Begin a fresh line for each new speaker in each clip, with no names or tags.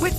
With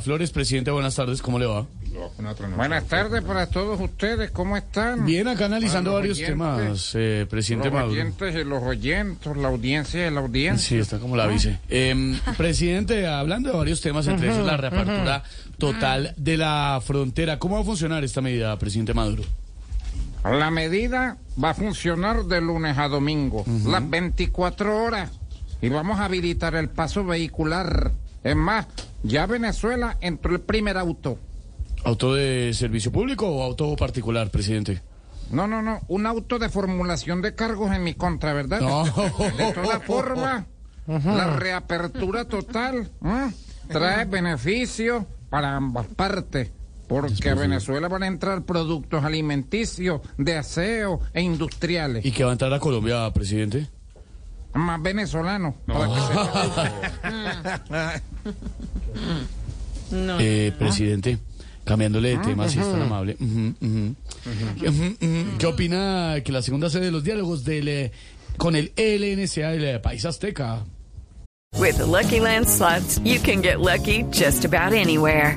Flores, presidente, buenas tardes, ¿cómo le va?
Buenas tardes para todos ustedes, ¿cómo están?
Bien, acá analizando
Buenos
varios temas,
oyentes.
eh, presidente
Los
Maduro.
oyentes y los oyentes, la audiencia y la
Sí,
audiencia.
está como la vice. Em, presidente, hablando de varios temas, entre esos la reapertura total de la frontera. ¿Cómo va a funcionar esta medida, presidente Maduro?
La medida va a funcionar de lunes a domingo, las 24 horas, y vamos a habilitar el paso vehicular. Es más, ya Venezuela entró el primer auto.
¿Auto de servicio público o auto particular, presidente?
No, no, no, un auto de formulación de cargos en mi contra, ¿verdad?
No.
De todas formas, la reapertura total ¿eh? trae beneficios para ambas partes, porque a Venezuela van a entrar productos alimenticios, de aseo e industriales,
¿Y que va a entrar a Colombia, presidente?
más venezolanos. para que
Eh, presidente, cambiándole de tema, si es tan amable. Ujú, ujú. Ujú, ujú. ¿Qué opina que la segunda sede de los diálogos del, eh, con el LNCA del eh, País Azteca?
With Lucky Land slots, you can get lucky just about anywhere.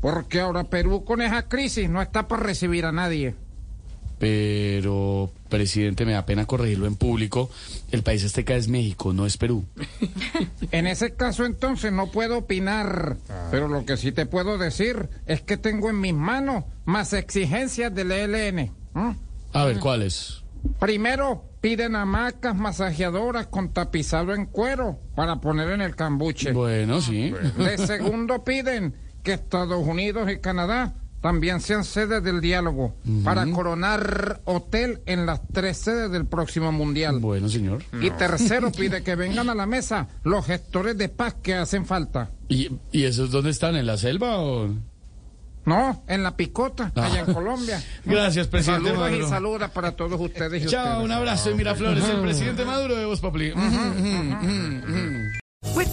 porque ahora Perú con esa crisis no está para recibir a nadie.
Pero, presidente, me da pena corregirlo en público. El país azteca es México, no es Perú.
En ese caso entonces no puedo opinar,
Ah.
pero lo que sí te puedo decir es que tengo en mis manos más exigencias del ELN. ¿m?
A ver, ¿cuál es?
Primero, piden hamacas masajeadoras con tapizado en cuero para poner en el cambuche.
Bueno, sí.
De segundo, piden que Estados Unidos y Canadá también sean sedes del diálogo para coronar hotel en las tres sedes del próximo mundial.
Bueno, señor.
Y tercero, pide que vengan a la mesa los gestores de paz que hacen falta.
¿Y, y esos dónde están? ¿En la selva o...?
No, en la picota, allá en Colombia.
Gracias, presidente
Saludos y
Maduro.
saludas para todos ustedes. y
Chao, un
ustedes.
abrazo y Miraflores, el presidente Maduro de Voz Populi.
With